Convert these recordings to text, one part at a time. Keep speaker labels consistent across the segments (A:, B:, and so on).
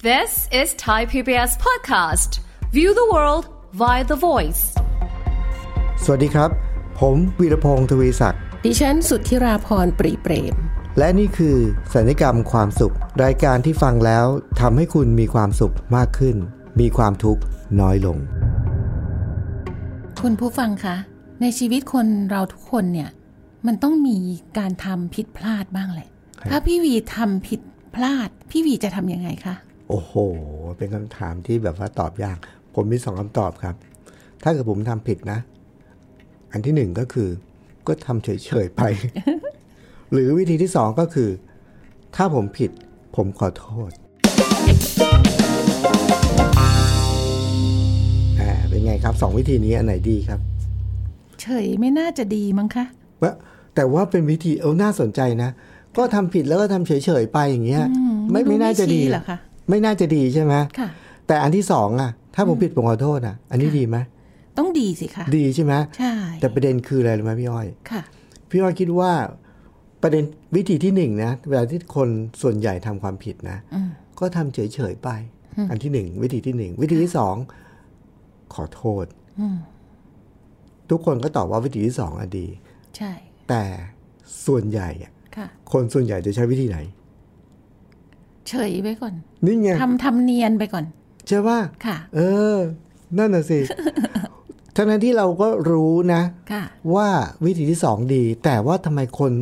A: This is Thai PBS podcast. View the world via the voice.
B: สวัสดีครับ ผมวีรพงศ์ทวีศักดิ์
C: ดิฉันสุทธิราพรปรีเปรม
B: และนี่คือสัญญกรรมความสุข รายการที่ฟังแล้วทำให้คุณมีความสุขมากขึ้น มีความทุกข์น้อยลง
C: คุณผู้ฟังคะ ในชีวิตคนเราทุกคนเนี่ย มันต้องมีการทำผิดพลาดบ้างแหละ ถ้าพี่วีทำผิดพลาด พี่วีจะทำยังไงคะ
B: โอ้โห เป็นคำถามที่แบบว่าตอบยาก ผมมีสองคำตอบครับ ถ้าเกิดผมทำผิดนะ อันที่หนึ่งก็คือ ก็ทำเฉยๆไป หรือวิธีที่สองก็คือ ถ้าผมผิด ผมขอโทษอ่าเป็นไงครับสองวิธีนี้อันไหนดีครับ
C: เฉยไม่น่าจะดีมั้งคะ
B: ว่าแต่ว่าเป็นวิธีเออน่าสนใจนะ ก็ทำผิดแล้วก็ทำเฉยๆไปอย่างเงี้ยไม่
C: ดู
B: ไม่น่าจะ
C: ไม่
B: ดี
C: ชี้เหรอคะ
B: ไม่น่าจะดีใช่ไหม
C: ค่ะ
B: แต่อันที่สองอะถ้าผมผิดผมขอโทษอะอันนี้ดีไหม
C: ต้องดีสิคะ
B: ดีใช่ไหม
C: ใช่
B: แต่ประเด็นคืออะไรรู้ไหมพี่อ้อย
C: ค่ะ
B: พี่อ้อยคิดว่าประเด็นวิธีที่หนึ่งนะเวลาที่คนส่วนใหญ่ทำความผิดนะก็ทำเฉยๆไป อันที่หนึ่งวิธีที่หนึ่งวิธีที่สองขอโทษทุกคนก็ตอบว่าวิธีที่สองอะดี
C: ใช่
B: แต่ส่วนใหญ่อะ
C: ค่ะ
B: คนส่วนใหญ่จะใช้วิธีไหน
C: เฉยไว้ก่อน
B: นี่ไง
C: ทำทำเนียนไปก่อน
B: ใช่ว่า
C: ค่ะ
B: เออ นั่นน่ะ สิ ทั้งนั้นที่เราก็รู้นะ
C: ค่ะ
B: ว่าวิธีที่สองดี แต่ว่าทำไมคน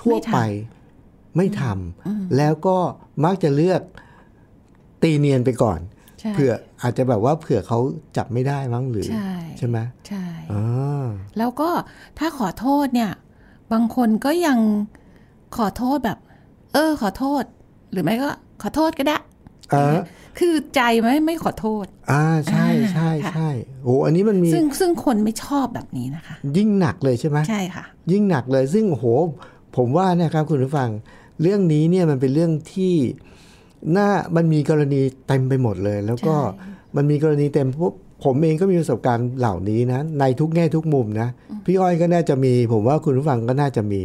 B: ทั่วไปไม่ทำแล้วก็มักจะเลือกตีเนียนไปก่อน
C: ใช่
B: เผื่ออาจจะแบบว่าเผื่อเขาจับไม่ได้มั้งหรือ
C: ใช่
B: ใช่ไหม
C: ใช่
B: อ่า
C: แล้วก็ถ้าขอโทษเนี่ย บางคนก็ยังขอโทษแบบ เออ ขอโทษ หรือไม่ก็ขอโทษก็ได้
B: เออ
C: คือใจไม่ไม่ขอโทษ
B: อ่าใช่ใช่ใช่โอ้อันนี้มันมี
C: ซึ่งซึ่งคนไม่ชอบแบบนี้นะคะ
B: ยิ่งหนักเลยใช่ไหม
C: ใช่ค่ะ
B: ยิ่งหนักเลยซึ่งโอ้โห ผมว่านะครับคุณผู้ฟัง เรื่องนี้เนี่ยมันเป็นเรื่องที่น่ามันมีกรณีเต็มไปหมดเลย แล้วก็
C: ใช่
B: มันมีกรณีเต็มพวกผมเองก็มีประสบการณ์เหล่านี้นะ ในทุกแง่ทุกมุมนะ พี่อ้อยก็น่าจะมี ผมว่าคุณผู้ฟังก็น่าจะมี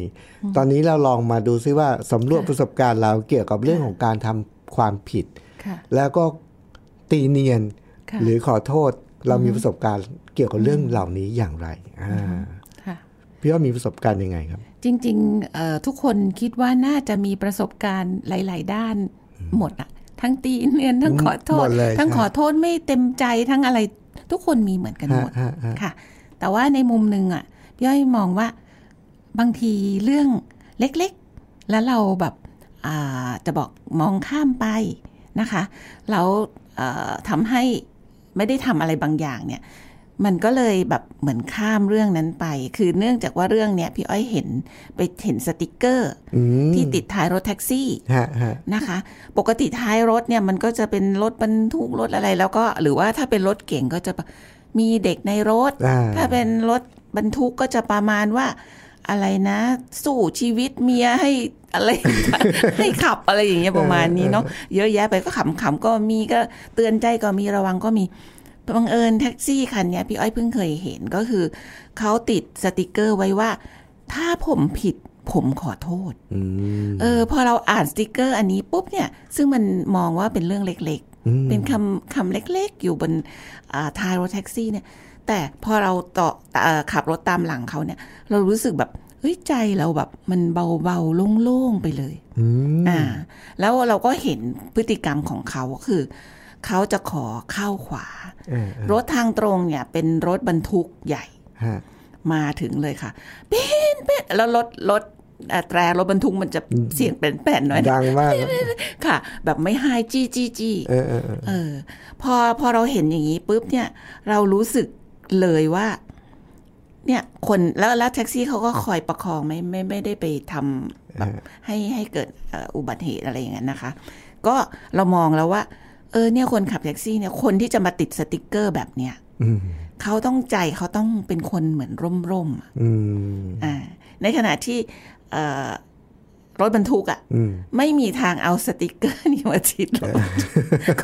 B: ตอนนี้เราลองมาดูซิว่าสำรวจประสบการณ์เราเกี่ยวกับเรื่องของการทำความผิด
C: ค่ะ
B: แล้วก็ตีเนียน
C: ค่ะ
B: หรือขอโทษเรามีประสบการณ์เกี่ยวกับเรื่องเหล่านี้อย่างไรอ่า
C: ค่ะ
B: พี่อ้อยมีประสบการณ์ยังไงครับ
C: จริงๆเอ่อทุกคนคิดว่าน่าจะมีประสบการณ์หลาย ๆ ด้านหมดอะทั้งตีเนียนทั้งขอโท
B: หม
C: ษ
B: ดเลย
C: ทั้ง
B: ใช่
C: ขอโทษไม่เต็มใจทั้งอะไร ทุกคนมีเหมือนกันหมด
B: ฮะฮะฮะ
C: ค่ะ แต่ว่าในมุมหนึ่งอะพี่อ้อยมองว่าบางทีเรื่องเล็กๆ แล้วเราแบบอ่าจะบอกมองข้ามไปนะคะแล้วเอ่อทำให้ไม่ได้ทำอะไรบางอย่างเนี่ย มันก็เลยแบบเหมือนข้ามเรื่องนั้นไป คือเนื่องจากว่าเรื่องเนี้ยพี่อ้อยเห็นไปเห็นสติกเกอร์
B: อืม
C: ที่ติดท้ายรถแท็กซี่
B: ฮะฮะ
C: นะคะ ปกติท้ายรถเนี่ยมันก็จะเป็นรถบรรทุกรถอะไร แล้วก็หรือว่าถ้าเป็นรถเก่งก็จะมีเด็กในรถ
B: อ่า
C: ถ้าเป็นรถบรรทุกก็จะประมาณว่าอะไรนะ สู้ชีวิตเมียให้อะไร ให้ขับอะไรอย่างเงี้ยประมาณนี้เนาะเยอะแยะไปก็ขำๆก็มีก็เตือนใจก็มีระวังก็มีบังเอิญแท็กซี่คันเนี้ยพี่อ้อยเพิ่งเคยเห็นก็คือเขาติดสติกเกอร์ไว้ว่า ถ้าผมผิดผมขอโทษ
B: อืม
C: เออพอเราอ่านสติกเกอร์อันนี้ปุ๊บเนี่ย ซึ่งมันมองว่าเป็นเรื่องเล็ก
B: อืม
C: ๆ เป็นคำคำเล็กๆ อยู่บนอ่าท้ายรถแท็กซี่เนี่ย แต่พอเราต่อเอ่อขับรถตามหลังเขาเนี่ย เรารู้สึกแบบเฮ้ยใจเราแบบมันเบาๆโล่งๆไปเลย
B: อืม
C: อ่า แล้วเราก็เห็นพฤติกรรมของเขาก็คือ เขาจะขอเข้าขวา
B: เออเออ
C: รถทางตรงเนี่ยเป็นรถบรรทุกใหญ่
B: ฮะ
C: มาถึงเลยค่ะ เป็นเป็นแล้วรถรถเอ่อแตรรถบรรทุกมันจะเสียงเป็นแป่นหน่อยนะ
B: ดังมาก
C: ค่ะ แบบไม่ไฮจี้จี้จี้
B: เออเออเออ
C: เออ พอพอเราเห็นอย่างนี้ปุ๊บเนี่ย เรารู้สึกเลยว่า เนี่ยคนแล้วแล้วแท็กซี่เขาก็คอยประคองไม่ไม่ไม่ได้ไปทำแบบให้ให้เกิดเอ่ออุบัติเหตุอะไรอย่างนั้นนะคะ ก็เรามองแล้วว่า เออเนี่ยคนขับแท็กซี่เนี่ยคนที่จะมาติดสติกเกอร์แบบเนี้ย
B: อืม
C: เขาต้องใจเขาต้องเป็นคนเหมือนร่มร่มๆอะ
B: อืม
C: อ่าในขณะที่เอ่อรถบรรทุกอะ่ะ
B: อืม
C: ไม่มีทางเอาสติกเกอร์นี่มาติดรถ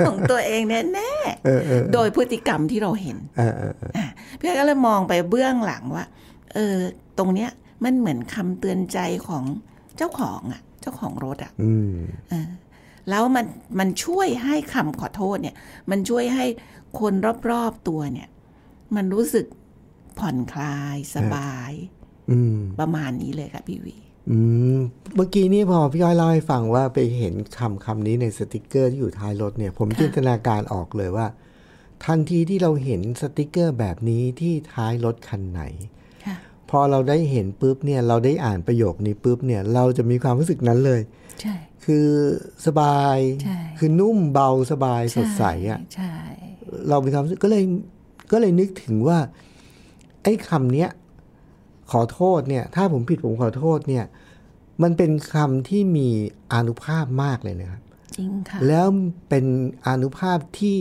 C: ของ ตัวเองแน่
B: เออเออ
C: ๆโดยพฤติกรรมที่เราเห็น
B: เออเออเออ
C: อ่ะพี่อ้อยก็เลยมองไปเบื้องหลังว่าเออตรงเนี้ยมันเหมือนคำเตือนใจของเจ้าของอะ่ะ เจ้าของรถอะ่ะ
B: อืม
C: แล้วมันมันช่วยให้คำขอโทษเนี่ย มันช่วยให้คนรอบๆตัวเนี่ย มันรู้สึกผ่อนคลายสบาย
B: อืม
C: ประมาณนี้เลยค่ะพี่วี
B: อืมเมื่อกี้นี่พอพี่ย้อยเล่าให้ฟังว่าไปเห็นคำคำนี้ในสติกเกอร์ที่อยู่ท้ายรถเนี่ย ผมจินตนาการออกเลยว่า ทันทีที่เราเห็นสติกเกอร์แบบนี้ที่ท้ายรถคันไหน
C: ค่ะ
B: พอเราได้เห็นปุ๊บเนี่ยเราได้อ่านประโยคนี้ปุ๊บเนี่ย เราจะมีความรู้สึกนั้นเลย
C: ใช่
B: คือสบาย
C: ใช่
B: คือนุ่มเบาสบายสดใสอ่ะ
C: ใช่
B: เรามีความรู้สึกก็เลยก็เลยนึกถึงว่า ไอ้คำเนี้ย ขอโทษเนี่ย ถ้าผมผิดผมขอโทษเนี่ย มันเป็นคำที่มีอานุภาพมากเลยนะครับ
C: จริงค่ะ
B: แล้วเป็นอานุภาพที่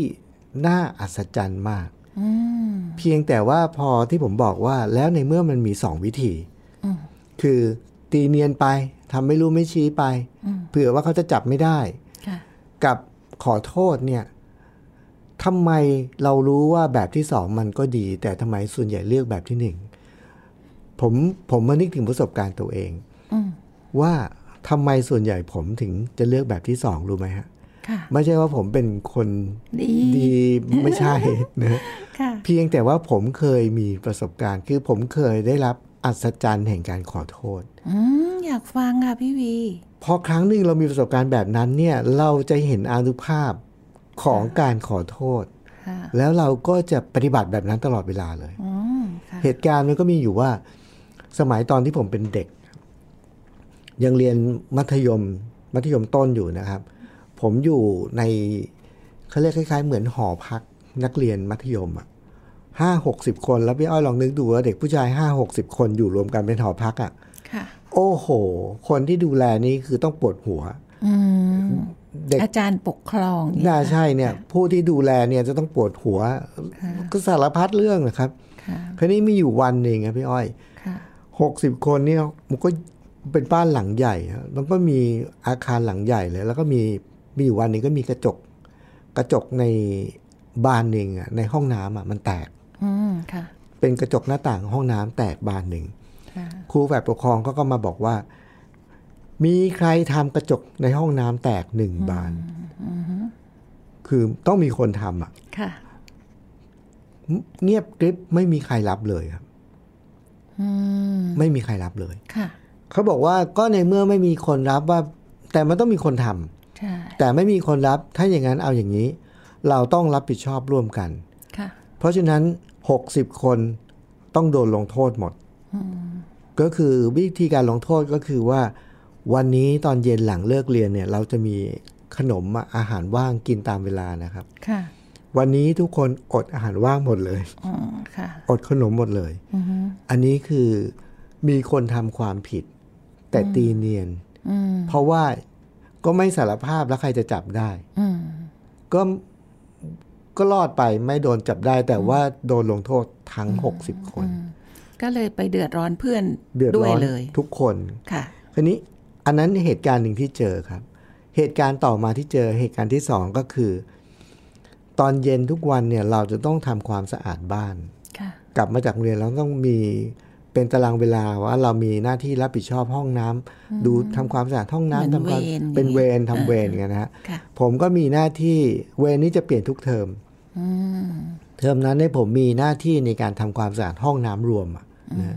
B: น่าอัศจรรย์มาก
C: อืม
B: เพียงแต่ว่าพอที่ผมบอกว่าแล้วในเมื่อมันมีสองวิธี คือตีเนียนไปทำไม่รู้ไม่ชี้ไป เผื่อว่าเขาจะจับไม่ได้
C: ค่ะ
B: กับขอโทษเนี่ยทำไมเรารู้ว่าแบบที่สองมันก็ดี แต่ทำไมส่วนใหญ่เลือกแบบที่หนึ่งผมผมมานึกถึงประสบการณ์ตัวเอง
C: อืม
B: ว่าทำไมส่วนใหญ่ผมถึงจะเลือกแบบที่สองรู้ไหมฮะ
C: ค่ะ
B: ไม่ใช่ว่าผมเป็นคน
C: ดี
B: ไม่ใช่ นะ
C: ค่ะ
B: เพียงแต่ว่าผมเคยมีประสบการณ์ คือผมเคยได้รับอัศจรรย์แห่งการขอโทษ
C: อืม อยากฟังค่ะพี่วี
B: พอครั้งหนึ่งเรามีประสบการณ์แบบนั้นเนี่ย เราจะเห็นอานุภาพของการขอโทษ
C: ค่ะ
B: แล้วเราก็จะปฏิบัติแบบนั้นตลอดเวลาเลย
C: อืม ค่ะ
B: เหตุการณ์มันก็มีอยู่ว่า สมัยตอนที่ผมเป็นเด็ก ยังเรียนมัธยม มัธยมต้นอยู่นะครับ ผมอยู่ในเขาเรียกคล้าย ๆ เหมือนหอพักนักเรียนมัธยมอ่ะห้าหกสิบคน แล้วพี่อ้อยลองนึกดูว่าเด็กผู้ชายห้าหกสิบคนอยู่รวมกันเป็นหอพักอ่ะ
C: ค่ะ
B: โอ้โห คนที่ดูแลนี่คือต้องปวดหัว
C: อืม
B: เด็ก
C: อาจารย์ปกครองเนี่ย
B: น่าใช่เนี่ย ผู้ที่ดูแลเนี่ยจะต้องปวดหัว ก็สารพัดเรื่องนะครับ
C: ค่ะ
B: คราวนี้มีอยู่วันหนึ่งครับพี่อ้อย
C: ค่ะ
B: หกสิบคนเนี่ยมันก็เป็นบ้านหลังใหญ่ฮะแล้วก็มีอาคารหลังใหญ่เลย แล้วก็มีมีอยู่วันหนึ่งก็มีกระจก กระจกในบานหนึ่งอะในห้องน้ำอะมันแตก
C: อืม ค่ะ
B: เป็นกระจกหน้าต่างห้องน้ำแตกบานหนึ่ง
C: ค่ะ
B: ครูฝ่ายปกครองก็ก็มาบอกว่า มีใครทำกระจกในห้องน้ำแตกหนึ่งบาน คือต้องมีคนทำอ่ะ
C: ค่ะ
B: เงียบกริบไม่มีใครรับเลยครับ
C: อืม
B: ไม่มีใครรับเลย
C: ค่ะ
B: เขาบอกว่าก็ในเมื่อไม่มีคนรับว่า แต่มันต้องมีคนทำ
C: ใช่
B: แต่ไม่มีคนรับถ้าอย่างนั้นเอาอย่างนี้ เราต้องรับผิดชอบร่วมกัน
C: ค่ะ
B: เพราะฉะนั้น 60 คนต้องโดนลงโทษหมด ก็คือวิธีการลงโทษก็คือว่า วันนี้ตอนเย็นหลังเลิกเรียนเนี่ย เราจะมีขนมอะอาหารว่างกินตามเวลานะครับ
C: ค่ะ
B: วันนี้ทุกคนอดอาหารว่างหมดเลย
C: อืม ค่ะ
B: อดขนมหมดเลย
C: อืม
B: อันนี้คือมีคนทำความผิด แต่ตีเนียน
C: อืม
B: เพราะว่าก็ไม่สารภาพแล้วใครจะจับได้
C: อืม
B: ก็ก็รอดไปไม่โดนจับได้ แต่ว่าโดนลงโทษทั้ง 60 คน
C: ก็เลยไปเดือดร้อนเพื่อน
B: เดือดร้อน
C: วยเลย
B: ทุกคน
C: ค่ะ
B: คันนี้อันนั้นเหตุการณ์หนึ่งที่เจอครับ เหตุการณ์ต่อมาที่เจอเหตุการณ์ที่สองก็คือ ตอนเย็นทุกวันเนี่ยเราจะต้องทำความสะอาดบ้าน
C: ค่ะ
B: กลับมาจากโรงเรียนเราต้องมีเป็นตารางเวลาว่าเรามีหน้าที่รับผิดชอบห้องน้ำดูทำความสะอาดห้องน้ำ
C: เหมือน
B: ทำความ
C: เวรอย่างงี้
B: เป็นเวรทำ
C: อ่า
B: เวรกันนะฮะ
C: ค่ะ
B: ผมก็มีหน้าที่เวรนี้จะเปลี่ยนทุกเทอม
C: อืม
B: เทอมนั้นเนี่ยผมมีหน้าที่ในการทำความสะอาดห้องน้ำรวมอะนะ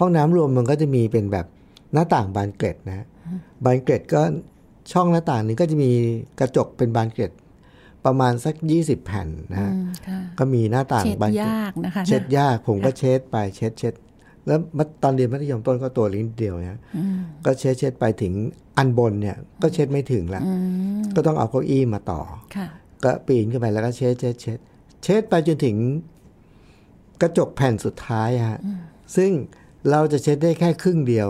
B: ห้องน้ำรวมมันก็จะมีเป็นแบบหน้าต่างบานเกล็ดนะ บานเกล็ดก็ช่องหน้าต่างนี้ก็จะมีกระจกเป็นบานเกล็ด ประมาณสัก 20 แผ่นนะฮะ
C: อืม ค่ะ
B: ก็มีหน้าต่าง
C: เช็ด
B: บานเกล็ด
C: ยากนะคะ
B: เช็ด
C: นะ
B: ยากผมก็เช็ดไปเช็ดเช็ดแล้วมัธตอนเรียนมัธยมต้นก็ตัวลิ้นเดียวนะ
C: อืม
B: ก็เช็ดเช็ดไปถึงอันบนเนี่ย ก็เช็ดไม่ถึงละ
C: อืม
B: ก็ต้องเอาเก้าอี้มาต่อ
C: ค่ะ
B: ก็ปีนขึ้นไปแล้วก็เช็ดเช็ดเช็ดเช็ดไปจนถึงกระจกแผ่นสุดท้ายอะฮะซึ่งเราจะเช็ดได้แค่ครึ่งเดียว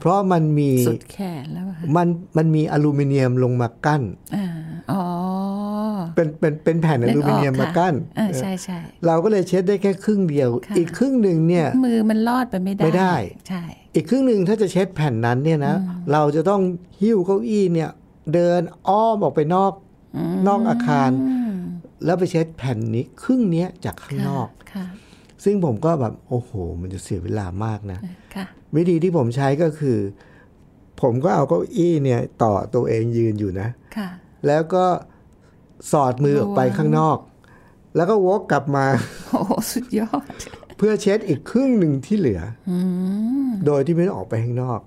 B: เพราะมันมี
C: สุดแขนแล้วอะค่ะ
B: มันมันมีอลูมิเนียมลงมากั้น
C: อ่าอ๋อ
B: เป็นเป็นเป็นแผ่นอลูมิเนียมมากั้น
C: เออใช่ใช่
B: เราก็เลยเช็ดได้แค่ครึ่งเดียว
C: ค่ะ
B: อีกครึ่งหนึ่งเนี่ย
C: มือมันลอดไปไม่ได้
B: ไม่ได้
C: ใช่
B: อีกครึ่งหนึ่งถ้าจะเช็ดแผ่นนั้นเนี่ยนะ เราจะต้องหิ้วเก้าอี้เนี่ย เดินอ้อมออกไปนอกนอกอาคาร
C: อืม
B: แล้วไปเช็ดแผ่นนี้ครึ่งเนี้ยจากข้างนอก
C: ค่ะ
B: ซึ่งผมก็แบบ โอ้โห มันจะเสียเวลามากนะ
C: ค่ะ
B: วิธีที่ผมใช้ก็คือ ผมก็เอาเก้าอี้เนี่ย ต่อตัวเองยืนอยู่นะ
C: ค่ะ
B: แล้วก็สอดมือออกไปข้างนอก แล้วก็วกกลับมา
C: โอ้โหสุดยอด
B: เพื่อเช็ดอีกครึ่งหนึ่งที่เหลืออโดยที่ไม่ต้องออกไปข้างนอก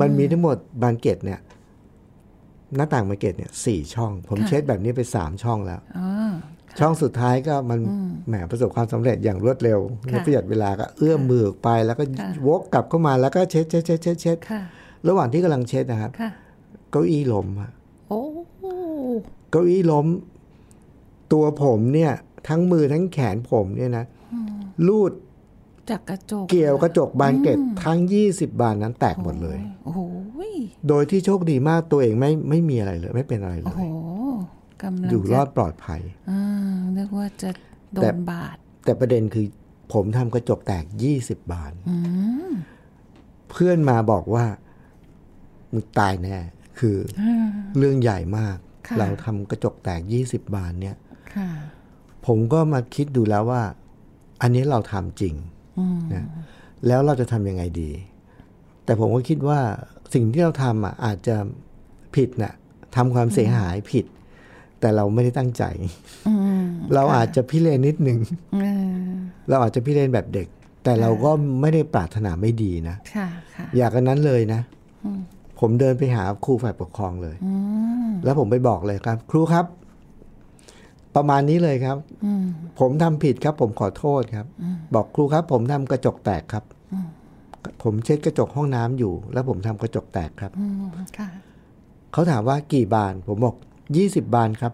B: มันมีทั้งหมดบานเกตเนี่ย หน้าต่างบานเกตเนี่ยสี่ช่อง ผมเช็ดแบบนี้ไปสามช่องแล้ว
C: อ๋อ
B: ช่องสุดท้ายก็มันแหมประสบความสำเร็จอย่างรวดเร็วและประหยัดเวลาก็เอื้อมมือออกไป แล้วก็วกกลับเข้ามาแล้วก็เช็ดเช็ดเช็ดเช็ดเช็ด
C: ค่ะ
B: ระหว่างที่กำลังเช็ดนะครับ
C: ค่ะ
B: เก้าอี้ล้มอะ
C: โอ้
B: เก้าอี้ล้ม ตัวผมเนี่ย ทั้งมือทั้งแขนผมเนี่ยนะลูด
C: จากกระจก
B: เกี่ยวกระจกบานเกล็ดทั้ง 20 บานนั้นแตกหมดเลย
C: โอ้โหย
B: โดยที่โชคดีมากตัวเองไม่ไม่มีอะไรเลย ไม่เป็นอะไรเล
C: โอ้โห
B: ย
C: กำลัง
B: อยู่ร
C: จะ
B: อดปลอดภัย
C: อ่านึกว่าจะโด
B: แต่
C: นบาด
B: แต่ประเด็นคือผมทำกระจกแตก 20 บานเพื่อนมาบอกว่า มึงตายแน่ คืออเรื่องใหญ่มาก
C: ค่ะ
B: เราทำกระจกแตก 20 บานเนี่ย
C: ค่ะ
B: ผมก็มาคิดดูแล้วว่า อันนี้เราทำจริงนะแล้วเราจะทำยังไงดี แต่ผมก็คิดว่าสิ่งที่เราทำอ่ะอาจจะผิดน่ะทำความเสียหายผิด แต่เราไม่ได้ตั้งใจ
C: อืม
B: เราอาจจะพิเรนนิดนึง
C: อ่า
B: เราอาจจะพิเรนแบบเด็ก แต่เราก็ไม่ได้ปรารถนาไม่ดีนะ
C: ค่ะ ค่ะ
B: อยากกันนั้นเลยนะ ผมเดินไปหาครูฝ่ายปกครองเลย แล้วผมไปบอกเลยครับ ครูครับ ประมาณนี้เลยครับ ผมทำผิดครับ ผมขอโทษครับ บอกครูครับ ผมทำกระจกแตกครับ ผมเช็ดกระจกห้องน้ำอยู่ แล้วผมทำกระจกแตกครับ
C: อืม ค่ะ
B: เขาถามว่ากี่บาน ผมบอกยี่สิบบาน ครับ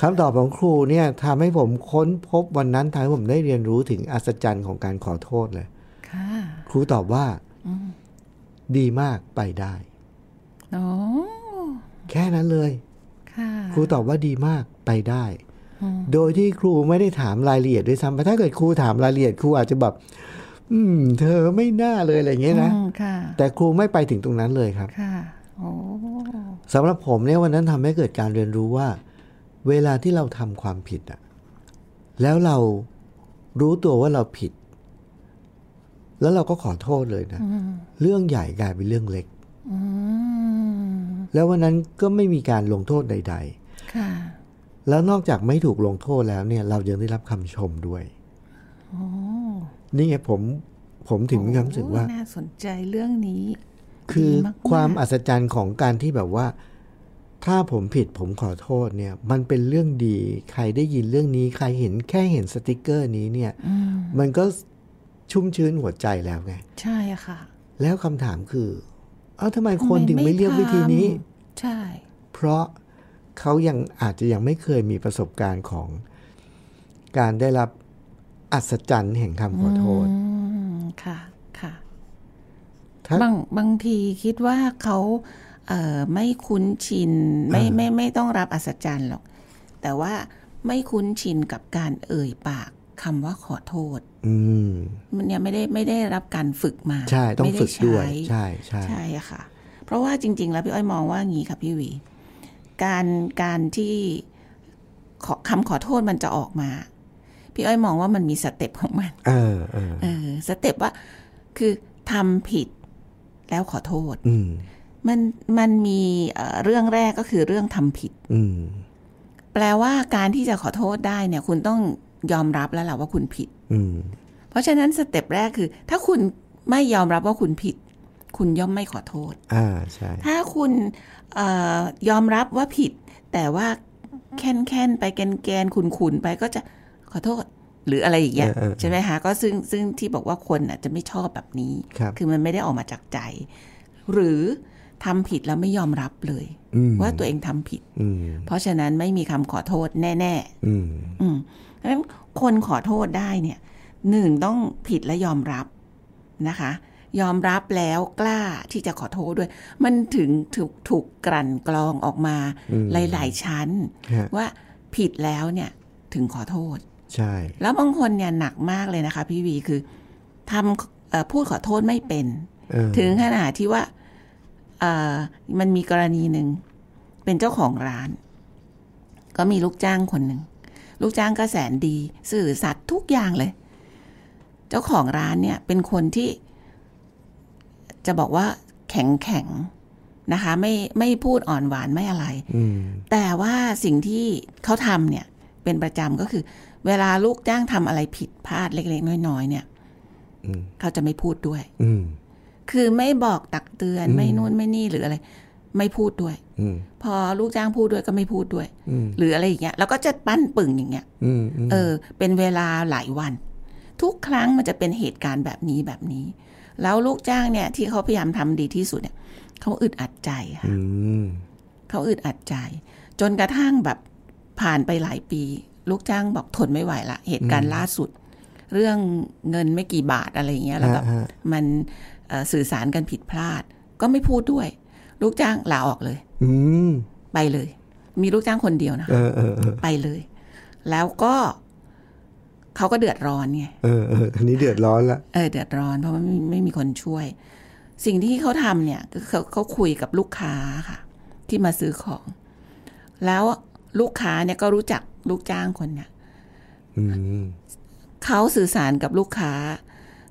B: คำตอบของครูเนี่ยทำให้ผมค้นพบวันนั้นทำให้ผมได้เรียนรู้ถึงอัศจรรย์ของการขอโทษเลย
C: ค่ะ
B: ครูตอบว่าดีมากไปได้
C: โอ้
B: แค่นั้นเลย
C: ค่ะ
B: ครูตอบว่าดีมากไปได้ โดยที่ครูไม่ได้ถามรายละเอียดด้วยซ้ำเพราะถ้าเกิดครูถามรายละเอียดครูอาจจะแบบ อืม เธอไม่น่าเลยอะไรอย่างเงี้ยนะ
C: อืม ค่ะ
B: แต่ครูไม่ไปถึงตรงนั้นเลยครับ
C: ค่ะ โอ้
B: สำหรับผมเนี่ยวันนั้นทำให้เกิดการเรียนรู้ว่า เวลาที่เราทำความผิดอะแล้วเรารู้ตัวว่าเราผิด แล้วเราก็ขอโทษเลยนะ เรื่องใหญ่กลายเป็นเรื่องเล็ก
C: อืม
B: แล้ววันนั้นก็ไม่มีการลงโทษใด
C: ค่ะ
B: ๆ แล้วนอกจากไม่ถูกลงโทษแล้วเนี่ย เรายังได้รับคำชมด้วยนี่ไงผมผมถึงมีความรู้สึกว่า
C: น่าสนใจเรื่องนี้
B: คือ
C: ดีมากๆ
B: ความอัศจรรย์ของการที่แบบว่า ถ้าผมผิดผมขอโทษเนี่ย มันเป็นเรื่องดี ใครได้ยินเรื่องนี้ ใครเห็นแค่เห็นสติกเกอร์นี้เนี่ย มันก็ชุ่มชื้นหัวใจแล้วไง
C: ใช่ค่ะ
B: แล้วคำถามคือ เอ้าทำไมคนถึงไม่เรียกวิธีนี้
C: ทำใช่
B: เพราะเขายังอาจจะยังไม่เคยมีประสบการณ์ของการได้รับอัศจรรย์แห่งคำขอโทษ
C: อืม ค่ะ ค่ะ
B: ถ้า
C: บางบางทีคิดว่าเขาเอ่อไม่คุ้นชินไม่ไม่ไม่ต้องรับอัศจรรย์หรอก แต่ว่าไม่คุ้นชินกับการเอ่ยปากคำว่าขอโทษ
B: อืม
C: มันเนี่ยไม่ได้ไม่ได้รับการฝึกมา
B: ใช่ต้อง
C: ไม่ไ
B: ฝึกด้วย
C: ใช้
B: ใช่ใช่
C: ใช่ค่ะ เพราะว่าจริง ๆ แล้วพี่อ้อยมองว่างี้ค่ะพี่หวี การการที่ขอคำขอโทษมันจะออกมา พี่อ้อยมองว่ามันมีสเต็ปของมัน
B: เออเออ
C: เออสเต็ปว่าคือทำผิดแล้วขอโทษ
B: อืม
C: มันมันมีเอ่อเรื่องแรกก็คือเรื่องทำผิด
B: อืม
C: แปลว่าการที่จะขอโทษได้เนี่ย คุณต้องยอมรับแล้วแหละว่าคุณผิด
B: อืม
C: เพราะฉะนั้นสเต็ปแรกคือ ถ้าคุณไม่ยอมรับว่าคุณผิด คุณย่อมไม่ขอโทษ
B: อ่าใช่
C: ถ้าคุณเออยอมรับว่าผิด แต่ว่าแค้นแค้นๆไปแกนแกนๆขุนขุนๆไปก็จะขอโทษ หรืออะไรอย่างเงี้ย
B: เออเออ
C: ใช่ไหมคะก็ซึ่งซึ่งที่บอกว่าคนอ่ะจะไม่ชอบแบบนี้
B: ครับ
C: อมันไม่ได้ออกมาจากใจ หรือทำผิดแล้วไม่ยอมรับเลย
B: อืม
C: ว่าตัวเองทำผิด
B: อืม
C: เพราะฉะนั้นไม่มีคำขอโทษแน่
B: อืม
C: ๆ อืมเพราะฉะนั้นคนขอโทษได้เนี่ยหนึ่งต้องผิดและยอมรับนะคะ ยอมรับแล้วกล้าที่จะขอโทษด้วย มันถึงถูกถูกกลั่นกรองออกมา
B: อืม
C: หลาย ๆ ชั้น
B: ฮะ
C: ว่าผิดแล้วเนี่ยถึงขอโทษ
B: ใช่
C: แล้วบางคนเนี่ยหนักมากเลยนะคะพี่วีคือทำเอ่อพูดขอโทษไม่เป็น
B: เออ
C: ถึงขนาดที่ว่าเอ่อมันมีกรณีหนึ่ง เป็นเจ้าของร้าน ก็มีลูกจ้างคนหนึ่ง ลูกจ้างก็แสนดี สื่อสัตย์ทุกอย่างเลย เจ้าของร้านเนี่ย เป็นคนที่ จะบอกว่าแข็งแข็ง นะคะ ไม่ไม่พูดอ่อนหวานไม่อะไร
B: อืม
C: แต่ว่าสิ่งที่เขาทำเนี่ยเป็นประจำก็คือ เวลาลูกจ้างทำอะไรผิดพลาดเล็ก ๆ น้อยๆเนี่ย
B: อืม
C: เขาจะไม่พูดด้วย
B: อืม
C: คือไม่บอกตักเตือน
B: อืม
C: ไม่นู่นไม่นี่หรืออะไร ไม่พูดด้วย
B: อืม
C: พอลูกจ้างพูดด้วยก็ไม่พูดด้วย
B: อืม
C: หรืออะไรอย่างเงี้ยแล้วก็จะปั้นปึ่งอย่างเงี้ย
B: อืมม
C: เออ เป็นเวลาหลายวัน ทุกครั้งมันจะเป็นเหตุการณ์แบบนี้แบบนี้ แล้วลูกจ้างเนี่ย ที่เขาพยายามทำดีที่สุดเนี่ยเขาอึดอัดใจค่ะ
B: ม
C: เขาอึดอัดใจ จนกระทั่งแบบผ่านไปหลายปี ลูกจ้างบอกทนไม่ไหวละ เหตุการณ์ล่าสุด เรื่องเงินไม่กี่บาทอะไรอย่างเงี้ยแล้วแบบ
B: ฮะฮะ
C: มันเอ่อสื่อสารกันผิดพลาด ก็ไม่พูดด้วย ลูกจ้างลาออกเลย
B: อืม
C: ไปเลย มีลูกจ้างคนเดียวนะ
B: เอ
C: คะ
B: อเออเออ
C: ไปเลย แล้วก็เขาก็เดือดร้อนไง
B: เออเอออันนี้เดือดร้อนละ
C: เออเดือดร้อนเพราะว่าไม่ไม่มีคนช่วย สิ่งที่เขาทำเนี่ยคือเขาเขาคุยกับลูกค้าค่ะ ที่มาซื้อของ แล้วลูกค้าเนี่ยก็รู้จักลูกจ้างคนเนี่ย
B: อืม
C: เขาสื่อสารกับลูกค้า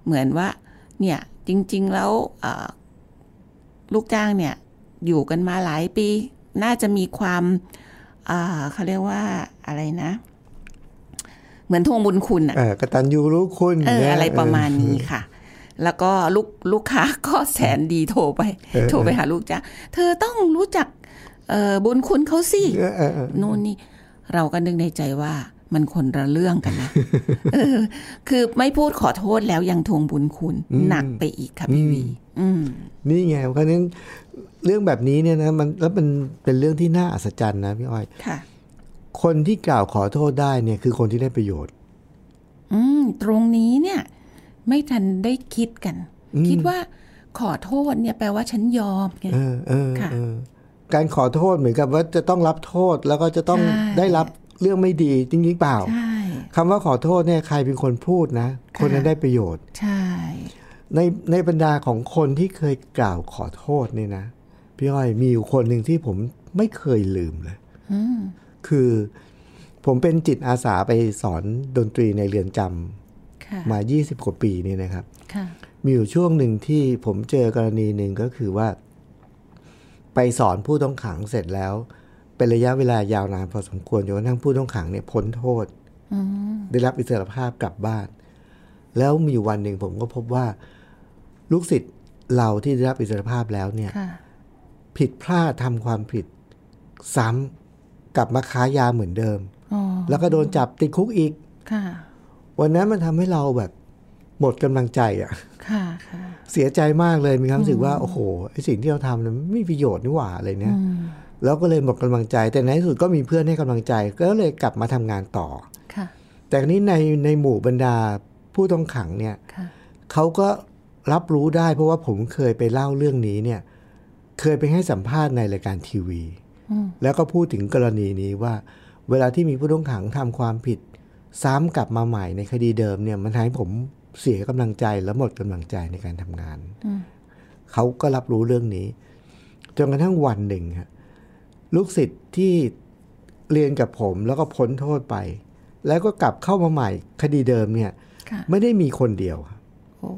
C: เหมือนว่า เนี่ยจริง ๆ แล้วเอ่อลูกจ้างเนี่ย อยู่กันมาหลายปี น่าจะมีความเอ่อเขาเรียกว่าอะไรนะ เหมือนทวงบุญคุณอะ
B: เออกตันยูรู้คุณ
C: เออ
B: เนี่ย
C: อะไรประมาณ
B: เออ
C: นี้ค่ะ แล้วก็ลูกลูกค้าก็แสนดีโทรไป
B: เออ
C: โทรไปหาลูกจ้างเธอต้องรู้จักเอ่อบุญคุณเขาสิ
B: เออเออเออ
C: นู่นนี่เราก็นึกในใจว่ามันคนละเรื่องกันนะ เออ คือไม่พูดขอโทษแล้วยังทวงบุญคุณ หนักไปอีกค่ะพี่วี อืม
B: นี่ไงเพราะฉะนั้นเรื่องแบบนี้เนี่ยนะมันแล้วมันเป็นเรื่องที่น่าอัศจรรย์นะพี่อ้อย
C: ค่ะ
B: คนที่กล่าวขอโทษได้เนี่ยคือคนที่ได้ประโยชน์
C: อืม ตรงนี้เนี่ย ไม่ทันได้คิดกัน คิดว่าขอโทษเนี่ยแปลว่าฉันยอมไง
B: เออเออ
C: ค่ะ
B: เออการขอโทษเหมือนกับว่าจะต้องรับโทษแล้วก็จะต้อง
C: ใช่
B: ได้รับเรื่องไม่ดีจริงๆเปล่า
C: ใช่
B: คำว่าขอโทษเนี่ยใครเป็นคนพูดนะ คนนั้นได้ประโยชน์
C: ใช่
B: ในในบรรดาของคนที่เคยกล่าวขอโทษเนี่ยนะ พี่อ้อยมีอยู่คนหนึ่งที่ผมไม่เคยลืมเลย
C: อืม
B: คือผมเป็นจิตอาสาไปสอนดนตรีในเรือนจ
C: ค่ะ
B: ำมา 20 กว่าปีเนี่ยนะครับ
C: ค่ะ
B: มีอยู่ช่วงหนึ่งที่ผมเจอกรณีหนึ่งก็คือว่า ไปสอนผู้ต้องขังเสร็จแล้ว เป็นระยะเวลายาวนานพอสมควรจนกระทั่งผู้ต้องขังเนี่ยพ้นโทษ
C: อืม
B: ได้รับอิสรภาพกลับบ้าน แล้วมีอยู่วันหนึ่งผมก็พบว่า ลูกศิษย์เราที่ได้รับอิสรภาพแล้วเนี่ย
C: ค่ะ
B: ผิดพลาดทำความผิด ซ้ำกลับมาค้ายาเหมือนเดิม
C: อ๋อ
B: แล้วก็โดนจับติดคุกอีก
C: ค่ะ
B: วันนั้นมันทำให้เราแบบ หมดกำลังใจอะ
C: ค่ะ ค่ะ
B: เสียใจมากเลยมีความรู้สึกว่าโอ้โหไอสิ่งที่เราทำเนี่ยมันไม่มีประโยชน์นี่หว่าอะไรเนี่ย
C: อืม
B: แล้วก็เลยหมดกำลังใจ แต่ในที่สุดก็มีเพื่อนให้กำลังใจ ก็เลยกลับมาทำงานต่อ
C: ค่ะ
B: แต่ทีนี้ในในหมู่บรรดาผู้ต้องขังเนี่ย
C: ค่ะ
B: เขาก็รับรู้ได้เพราะว่าผมเคยไปเล่าเรื่องนี้เนี่ย เคยไปให้สัมภาษณ์ในรายการทีวี
C: อืม
B: แล้วก็พูดถึงกรณีนี้ว่า เวลาที่มีผู้ต้องขังทำความผิด ซ้ำกลับมาใหม่ในคดีเดิมเนี่ยมันทำให้ผมเสียกำลังใจและหมดกำลังใจในการทำงาน
C: อืม
B: เขาก็รับรู้เรื่องนี้จนกระทั่งวันหนึ่งฮะลูกศิษย์ที่เรียนกับผมแล้วก็พ้นโทษไป แล้วก็กลับเข้ามาใหม่คดีเดิมเนี่ย
C: ค่ะ
B: ไม่ได้มีคนเดียวครับ
C: โอ้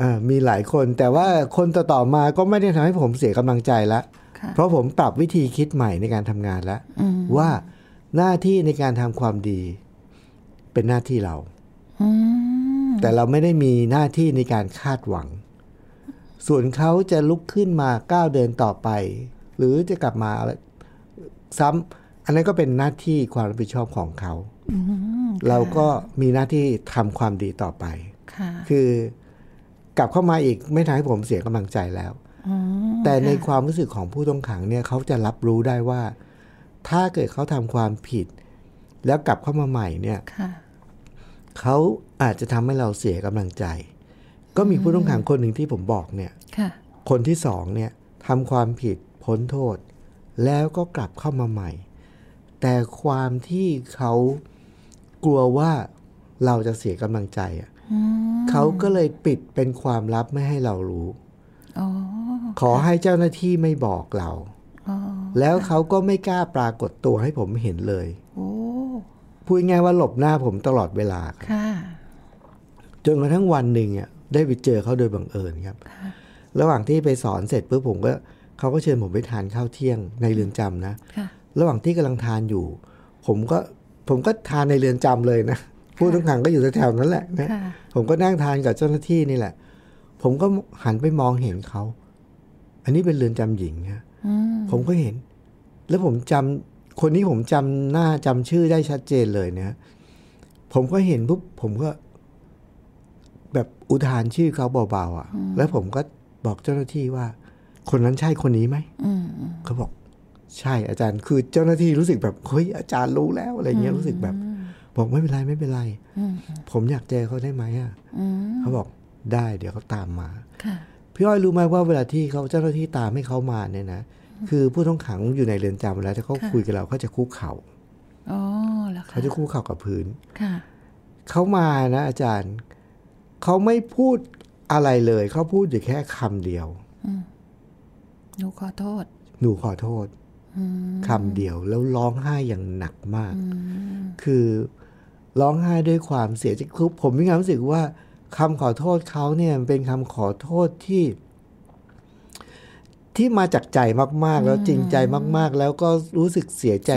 B: อ่ามีหลายคนแต่ว่าคนต่อๆมาก็ไม่ได้ทำให้ผมเสียกำลังใจละ
C: ค่ะ
B: เพราะผมปรับวิธีคิดใหม่ในการทำงานแล้ว
C: อืม
B: ว่าหน้าที่ในการทำความดี เป็นหน้าที่เรา
C: อืม
B: แต่เราไม่ได้มีหน้าที่ในการคาดหวัง ส่วนเขาจะลุกขึ้นมาก้าวเดินต่อไป หรือจะกลับมาอะไรซ้ำอันนั้นก็เป็นหน้าที่ความรับผิดชอบของเขา
C: อืม
B: เราก็มีหน้าที่ทำความดีต่อไป
C: ค่ะ
B: คือกลับเข้ามาอีกไม่ทำให้ผมเสียกำลังใจแล้ว
C: อืม
B: แต่ในความรู้สึกของผู้ต้องขังเนี่ยเขาจะรับรู้ได้ว่า ถ้าเกิดเขาทำความผิด แล้วกลับเข้ามาใหม่เนี่ย
C: ค่ะ
B: เขาอาจจะทำให้เราเสียกำลังใจ ก็มีผู้ต้องขังคนหนึ่งที่ผมบอกเนี่ย
C: ค่ะ
B: คนที่สองเนี่ยทำความผิดพ้นโทษ แล้วก็กลับเข้ามาใหม่ แต่ความที่เขากลัวว่าเราจะเสียกำลังใจอะ
C: อืม
B: เขาก็เลยปิดเป็นความลับไม่ให้เรารู้
C: อ๋อ
B: ขอให้เจ้าหน้าที่ไม่บอกเรา
C: อ๋อ
B: แล้วเขาก็ไม่กล้าปรากฏตัวให้ผมเห็นเลย
C: โอ้
B: พูดง่ายๆว่าหลบหน้าผมตลอดเวลาครับ
C: ค่ะ
B: จนกระทั่งวันหนึ่งอ่ะได้ไปเจอเขาโดยบังเอิญครับ ระหว่างที่ไปสอนเสร็จปุ๊บผมก็ เขาก็เชิญผมไปทานข้าวเที่ยงในเรือนจำนะ
C: ค่ะ
B: ระหว่างที่กำลังทานอยู่ ผมก็ผมก็ทานในเรือนจำเลยนะผู้ต้องขังก็อยู่แถวๆนั้นแหละนะ
C: ค่ะ
B: ผมก็นั่งทานกับเจ้าหน้าที่นี่แหละ ผมก็หันไปมองเห็นเขา อันนี้เป็นเรือนจำหญิงนะ
C: อืม
B: ผมก็เห็น แล้วผมจำคนนี้ผมจำหน้าจำชื่อได้ชัดเจนเลยนะผมก็เห็นปุ๊บผมก็ แบบอุทานชื่อเขาเบาๆอ่ะ แล้วผมก็บอกเจ้าหน้าที่ว่า คนนั้นใช่คนนี้ไหม
C: อืม
B: เขาบอกใช่อาจารย์คือเจ้าหน้าที่รู้สึกแบบเฮ้ยอาจารย์รู้แล้วอะไรเงี้ยรู้สึกแบบ บอกไม่เป็นไรไม่เป็นไร
C: อืม
B: ผมอยากเจอเขาได้ไหมอ่ะ
C: อืม
B: เขาบอกได้เดี๋ยวเขาตามมา
C: ค่ะ
B: พี่อ้อยรู้ไหมว่าเวลาที่เขาเจ้าหน้าที่ตามให้เขามาเนี่ยนะคือผู้ต้องขังอยู่ในเรือนจำแล้วถ้าเขา
C: ค่ะ
B: คุยกับเราเขาจะคุกเข่า
C: อ๋อแล้วค่ะ
B: เขาจะคุกเข่ากับพื้น
C: ค่ะ
B: เขามานะ อาจารย์เขาไม่พูดอะไรเลย เขาพูดอยู่แค่คำเดียว
C: หนูขอโทษ
B: หนูขอโทษ
C: อืม
B: คำเดียวแล้วร้องไห้อย่างหนักมาก
C: อืม
B: คือร้องไห้ด้วยความเสียใจคือผมมีความรู้สึกว่าคำขอโทษเขาเนี่ยมันเป็นคำขอโทษที่ ที่มาจากใจมาก ๆ แล้วจริงใจมาก ๆ แล้วก็รู้สึกเสียใจ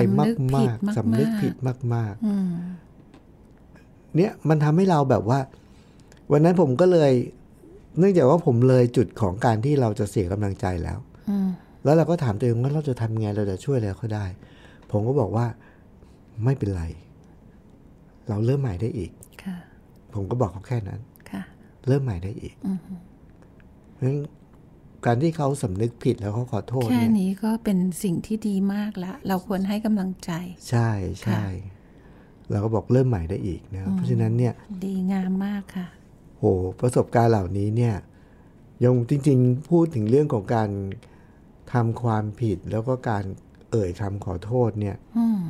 B: มากๆสำนึกผิดมาก
C: อืม
B: ๆ เนี่ยมันทำให้เราแบบว่า วันนั้นผมก็เลย เนื่องจากว่าผมเลยจุดของการที่เราจะเสียกำลังใจแล้ว
C: อืม
B: แล้วเราก็ถามตัวเองว่าเราจะทำไงเราจะช่วยอะไรเขาได้ ผมก็บอกว่าไม่เป็นไร เราเริ่มใหม่ได้อีก
C: ค่ะ
B: ผมก็บอกเขาแค่นั้น
C: ค่ะ
B: เริ่มใหม่ได้อีกเพราะฉะนั้นการที่เขาสำนึกผิดแล้วเขาขอโทษ
C: แค่
B: เนี่ย
C: นี้ก็เป็นสิ่งที่ดีมากละเราควรให้กำลังใจ
B: ใช่ใช่เราก็บอกเริ่มใหม่ได้อีกนะครับเพราะฉะนั้นเนี่ย
C: ดีงามมากค่ะ
B: โหประสบการณ์เหล่านี้เนี่ยยังจริง ๆ พูดถึงเรื่องของการทำความผิดแล้วก็การเอ่ยคำขอโทษเนี่ย
C: อืม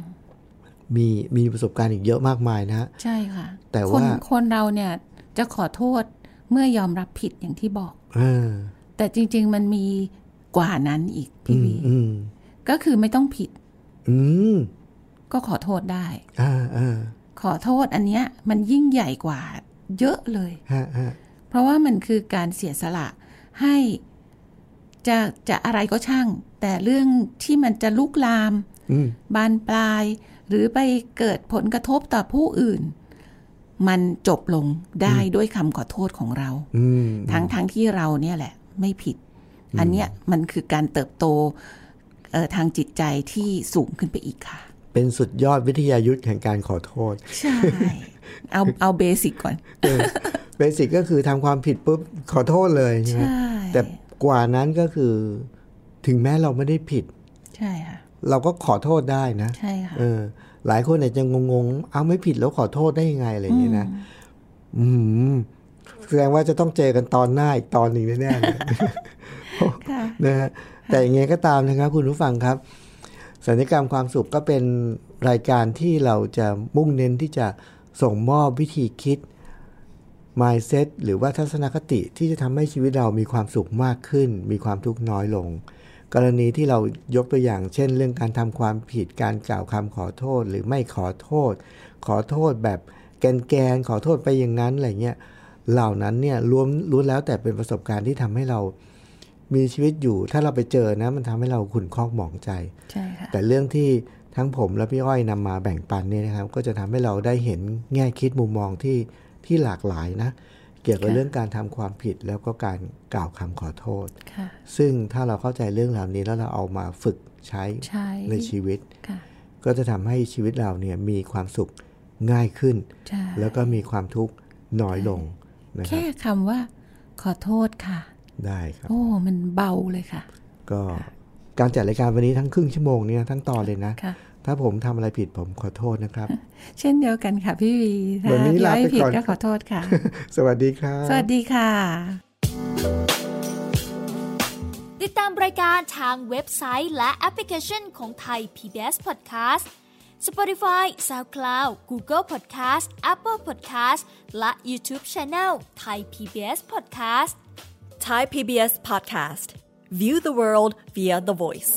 B: มีมีประสบการณ์อีกเยอะมากมายนะฮะ
C: ใช่ค่ะ
B: แต่
C: คน
B: ว่า
C: คนเราเนี่ยจะขอโทษเมื่อยอมรับผิดอย่างที่บอก
B: เออ
C: แต่จริง ๆ มันมีกว่านั้นอีกพี่วี
B: อืม
C: ก็คือไม่ต้องผิด
B: อืม
C: ก็ขอโทษได้
B: อ่าอ่า
C: ขอโทษอันเนี้ยมันยิ่งใหญ่กว่าเยอะเลย
B: ฮะฮะ
C: เพราะว่ามันคือการเสียสละให้จะจะอะไรก็ช่าง แต่เรื่องที่มันจะลุกลาม
B: อืม
C: บานปลาย หรือไปเกิดผลกระทบต่อผู้อื่น มันจบลงได้ด้วยคำขอโทษของเรา
B: อืม
C: ทั้งทั้งที่เราเนี่ยแหละ ไม่ผิด อันเนี้ยมันคือการเติบโตเอ่อทางจิตใจที่สูงขึ้นไปอีกค่ะ
B: เป็นสุดยอดวิทยายุทธ์แห่งการขอโทษ
C: ใช่ เอาเอาเบสิกก่อน
B: เบสิกก็คือทำความผิดปุ๊บขอโทษเลยใช่ไหม
C: ใช่
B: แต่กว่านั้นก็คือ ถึงแม้เราไม่ได้ผิด
C: ใช่ค่ะ
B: เราก็ขอโทษได้นะ
C: ใช่ค่ะ
B: เออ หลายคนอาจจะงงๆ เอาไม่ผิดแล้วขอโทษได้ยังไงอะไรอย่างเงี้ยนะอืมแสดงว่าจะต้องเจอกันตอนหน้าอีกตอนหนึ่งแน่ๆเลย
C: ค่ะ
B: นะฮ ะแต่ยังไงก็ตามนะครับคุณผู้ฟังครับสัญญกรรมความสุขก็เป็นรายการที่เราจะมุ่งเน้นที่จะส่งมอบวิธีคิด mindset หรือว่าทัศนคติที่จะทำให้ชีวิตเรามีความสุขมากขึ้น มีความทุกข์น้อยลง กรณีที่เรายกตัวอย่าง เช่น เรื่องการทำความผิดการกล่าวคำขอโทษหรือไม่ขอโทษ ขอโทษแบบแกนแกนๆขอโทษไปอย่างนั้นอะไรเงี้ยเหล่านั้นเนี่ยล้วนล้วนแล้วแต่เป็นประสบการณ์ที่ทำให้เรา มีชีวิตอยู่ถ้าเราไปเจอนะ มันทำให้เราขุ่นข้องหมองใจ
C: ใช่ค่ะ
B: แต่เรื่องที่ทั้งผมและพี่อ้อยนำมาแบ่งปันเนี่ยนะครับ ก็จะทำให้เราได้เห็นแง่คิดมุมมองที่ที่หลากหลายนะ เกี่ยวกับ
C: ค่ะ
B: เรื่องการทำความผิดแล้วก็การกล่าวคำขอโทษ
C: ค่ะ
B: ซึ่งถ้าเราเข้าใจเรื่องเหล่านี้แล้วเราเอามาฝึกใช้
C: ใช่
B: ในชีวิต
C: ค่ะ
B: ก็จะทำให้ชีวิตเราเนี่ยมีความสุขง่ายขึ้น
C: ใช่
B: แล้วก็มีความทุกข์น้อยลงนะครั
C: แค่
B: บ
C: คำว่า ขอโทษค่ะ
B: ได้ครับ
C: โอ้ มันเบาเลยค่ะ
B: ก็การจัดรายการวันนี้ทั้งครึ่งชั่วโมงเนี่ยทั้งตอนเลยนะ
C: ค่ะ
B: ถ้าผมทำอะไรผิดผมขอโทษนะครับ
C: เช่นเดียวกันค่ะพี่วีถ้า
B: วันนี้
C: พี่
B: ลา
C: อ้อย
B: ไป
C: ผิด
B: ก่อน
C: ก็ขอโทษค่ะ
B: สวัสดีครับ
C: สวัสดีค่ะ
A: ติดตามรายการทางเว็บไซต์และแอปพลิเคชันของไทย PBS Podcast Spotify SoundCloud Google Podcast Apple Podcast และ YouTube Channel Thai PBS Podcast
D: Thai PBS podcast. View the world via the voice.